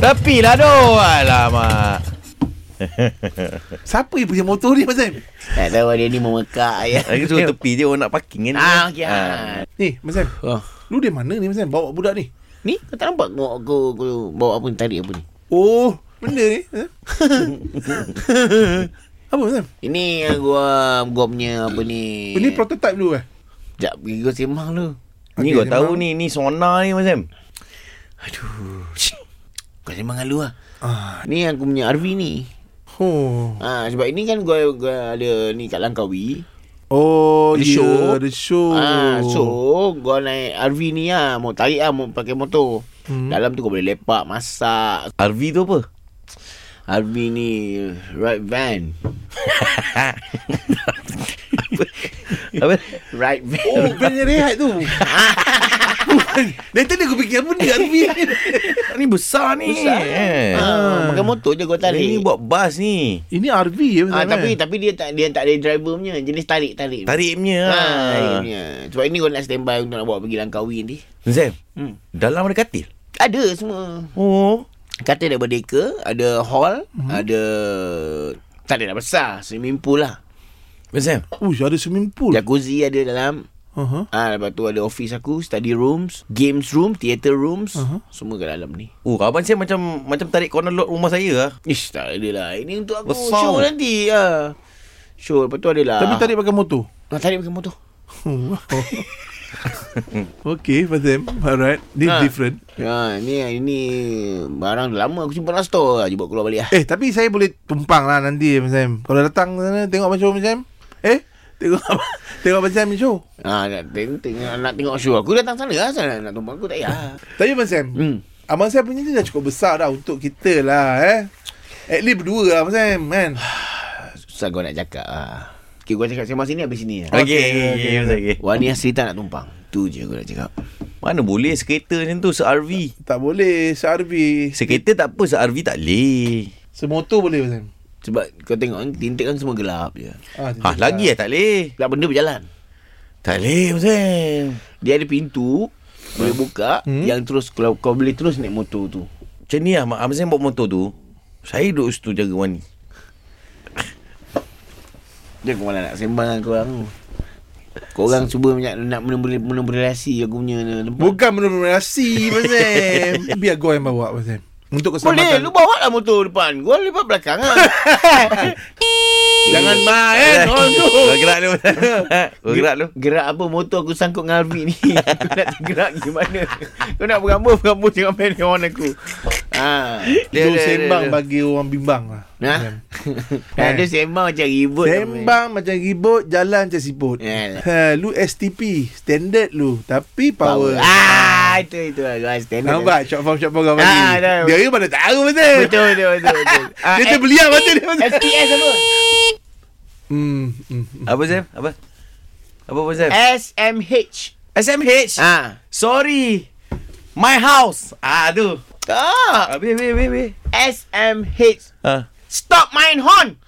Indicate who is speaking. Speaker 1: Tepi lah tu. Alamak.
Speaker 2: Siapa yang punya motor ni Mazem?
Speaker 3: Tak tahu dia ni memekak ya.
Speaker 4: Lagi tu tepi dia orang nak parking kan.
Speaker 3: Ah, okey.
Speaker 4: Ah.
Speaker 3: Ah.
Speaker 2: Ni Mazem.
Speaker 3: Oh.
Speaker 2: Lu dari mana ni Mazem? Bawa budak ni.
Speaker 3: Ni kau tak nampak kau, kau, kau bawa apa ni tarik apa ni?
Speaker 2: Oh, benda ni. Mazem. Apa Mazem?
Speaker 3: Ini yang gua gua punya apa ni?
Speaker 2: Ini prototype dulu eh.
Speaker 3: Jap pergi gua sembang dulu.
Speaker 4: Ni
Speaker 2: Okey,
Speaker 4: kau tahu ni
Speaker 2: memang.
Speaker 4: ni sona ni Mazem.
Speaker 3: Aduh. Shh. Kau sembang dengan lu lah.
Speaker 2: Ah.
Speaker 3: Ni yang aku punya RV ni.
Speaker 2: Oh.
Speaker 3: Ha, sebab ini kan gua, gua ada ni kat Langkawi.
Speaker 2: Oh,
Speaker 3: The
Speaker 2: ya,
Speaker 3: show.
Speaker 2: The show.
Speaker 3: Ah, so kau naik RV ni lah Mau tarik lah Mau pakai motor
Speaker 2: Hmm.
Speaker 3: hmm. Dalam tu kau boleh lepak Masak
Speaker 4: RV tu apa?
Speaker 3: RV ni Ride van
Speaker 4: Apa?
Speaker 3: Ride van
Speaker 2: Oh, brand yang rehat tu. Bukan. Dari tadi aku fikir apa ni RV ni.
Speaker 4: ni besar ni.
Speaker 3: Besar.
Speaker 4: Eh.
Speaker 3: Ah, Pakai motor je kau tarik
Speaker 4: Ini buat bas ni.
Speaker 2: Ini RV ya
Speaker 3: Ah,
Speaker 2: Mazem,
Speaker 3: tapi
Speaker 2: eh?
Speaker 3: tapi dia tak dia tak ada driver punya. Jenis tarik tarik.
Speaker 4: Tariknya.
Speaker 3: Ah, tarik
Speaker 4: Ah,
Speaker 3: punya. Sebab ini kau nak standby untuk nak bawa pergi Langkawi nanti.
Speaker 4: Mazem.
Speaker 3: Hmm.
Speaker 4: Dalam ada katil.
Speaker 3: Ada semua.
Speaker 4: Oh.
Speaker 3: Katil ada berdeka, ada hall, hmm. ada tak ada nak besar, swimming pool lah.
Speaker 4: Mazem.
Speaker 2: Uish, ada swimming pool.
Speaker 3: Jacuzzi ada dalam.
Speaker 2: Uh-huh.
Speaker 3: Ah, lepas tu ada office aku, study rooms, games room, theater rooms,
Speaker 2: Aha.
Speaker 3: uh-huh. semua kat dalam ni.
Speaker 4: Oh, abang saya macam macam tarik corner lot rumah saya lah.
Speaker 3: Ish, tak ada lah. Ini untuk aku
Speaker 4: Besar.
Speaker 3: show nanti. Ah. Show, lepas tu ada lah.
Speaker 2: Tapi tarik pakai motor.
Speaker 3: Ah, tarik pakai motor.
Speaker 2: Oh, wow. okay, Mazem. Alright. This
Speaker 3: Ah.
Speaker 2: different.
Speaker 3: Ha, ni ini barang lama aku simpan dalam store lah. Jom keluar balik lah.
Speaker 2: Eh, tapi saya boleh tumpang lah nanti, Mazem. Kalau datang sana, tengok macam Mazem. Eh, tengok apa? Tengok macam show.
Speaker 3: Ha, nak, tengok, tengok, nak tengok show aku datang sana lah. Sana nak tumpang aku tak payah.
Speaker 2: Tapi Mazem,
Speaker 3: Hmm.
Speaker 2: abang saya punya tu dah cukup besar dah untuk kita lah, eh. At least berdua lah, Mazem, kan?
Speaker 3: Susah kau nak cakap. Ha. Okay, gua cakap sembang sini habis sini.
Speaker 4: Okey, okey, okey, okey.
Speaker 3: Wani cerita nak tumpang. Tu je aku nak cakap.
Speaker 4: Mana boleh sekereta macam tu se-RV.
Speaker 2: Tak boleh, se-RV.
Speaker 4: Sekereta tak apa, se-RV tak boleh.
Speaker 2: Semotor boleh, Mazem.
Speaker 3: Sebab kau tengok kan, tinted kan semua gelap je.
Speaker 2: Ah,
Speaker 4: Ha, lagi eh tak boleh.
Speaker 3: Gelap benda berjalan.
Speaker 4: Tak boleh, Mazem.
Speaker 3: Dia ada pintu, boleh buka,
Speaker 2: Hmm.
Speaker 3: hmm? yang terus kau, kau boleh terus naik motor tu.
Speaker 4: Macam ni lah, Mak Abang saya bawa motor tu. Saya duduk situ jaga wani.
Speaker 3: Dia aku malah nak sembang dengan korang tu. Korang cuba nak, nak menemburasi aku punya tempat.
Speaker 2: Bukan menurut relasi, Mazem. Biar gua yang bawa, Mazem. Untuk
Speaker 3: Boleh,
Speaker 2: keselamatan.
Speaker 3: lu bawa lah motor depan. Gua lepak belakang lah.
Speaker 2: Jangan main, orang tu.
Speaker 4: Kau gerak lu. Kau gerak lu.
Speaker 3: Gerak apa motor aku sangkut dengan Harvey ni. Aku nak gerak gimana? Kau nak berambut-berambut jangan main dengan orang aku. Ha.
Speaker 4: Dia- dia-
Speaker 2: Itu
Speaker 4: dia-
Speaker 2: sembang
Speaker 4: dia.
Speaker 2: bagi orang bimbang lah.
Speaker 3: Ha?
Speaker 2: Mazem.
Speaker 3: ha. Dia sembang macam ribut.
Speaker 2: Eh.
Speaker 3: lah,
Speaker 2: Sembang macam ribut Jalan macam siput
Speaker 3: Yalah.
Speaker 2: ha, Lu STP Standard lu Tapi
Speaker 3: Power.
Speaker 2: power,
Speaker 3: Ah, itu itu lah. Gua standard.
Speaker 2: Nampak short form short form kau
Speaker 3: Ah,
Speaker 2: bagi
Speaker 3: dah.
Speaker 2: Dia ni mana tahu betul
Speaker 3: Betul, betul, betul. betul. Ah,
Speaker 2: Dia
Speaker 3: eh,
Speaker 2: terbeliak mata dia betul
Speaker 3: SPS apa?
Speaker 2: Hmm hmm.
Speaker 4: Apa, Zem? Apa? Apa, Abang Zem?
Speaker 3: SMH.
Speaker 4: SMH.
Speaker 3: Ah.
Speaker 4: Sorry. My house. Ah, aduh.
Speaker 3: Tak.
Speaker 4: Habis, habis, habis, habis.
Speaker 3: SMH.
Speaker 4: Ah.
Speaker 3: Stop main horn.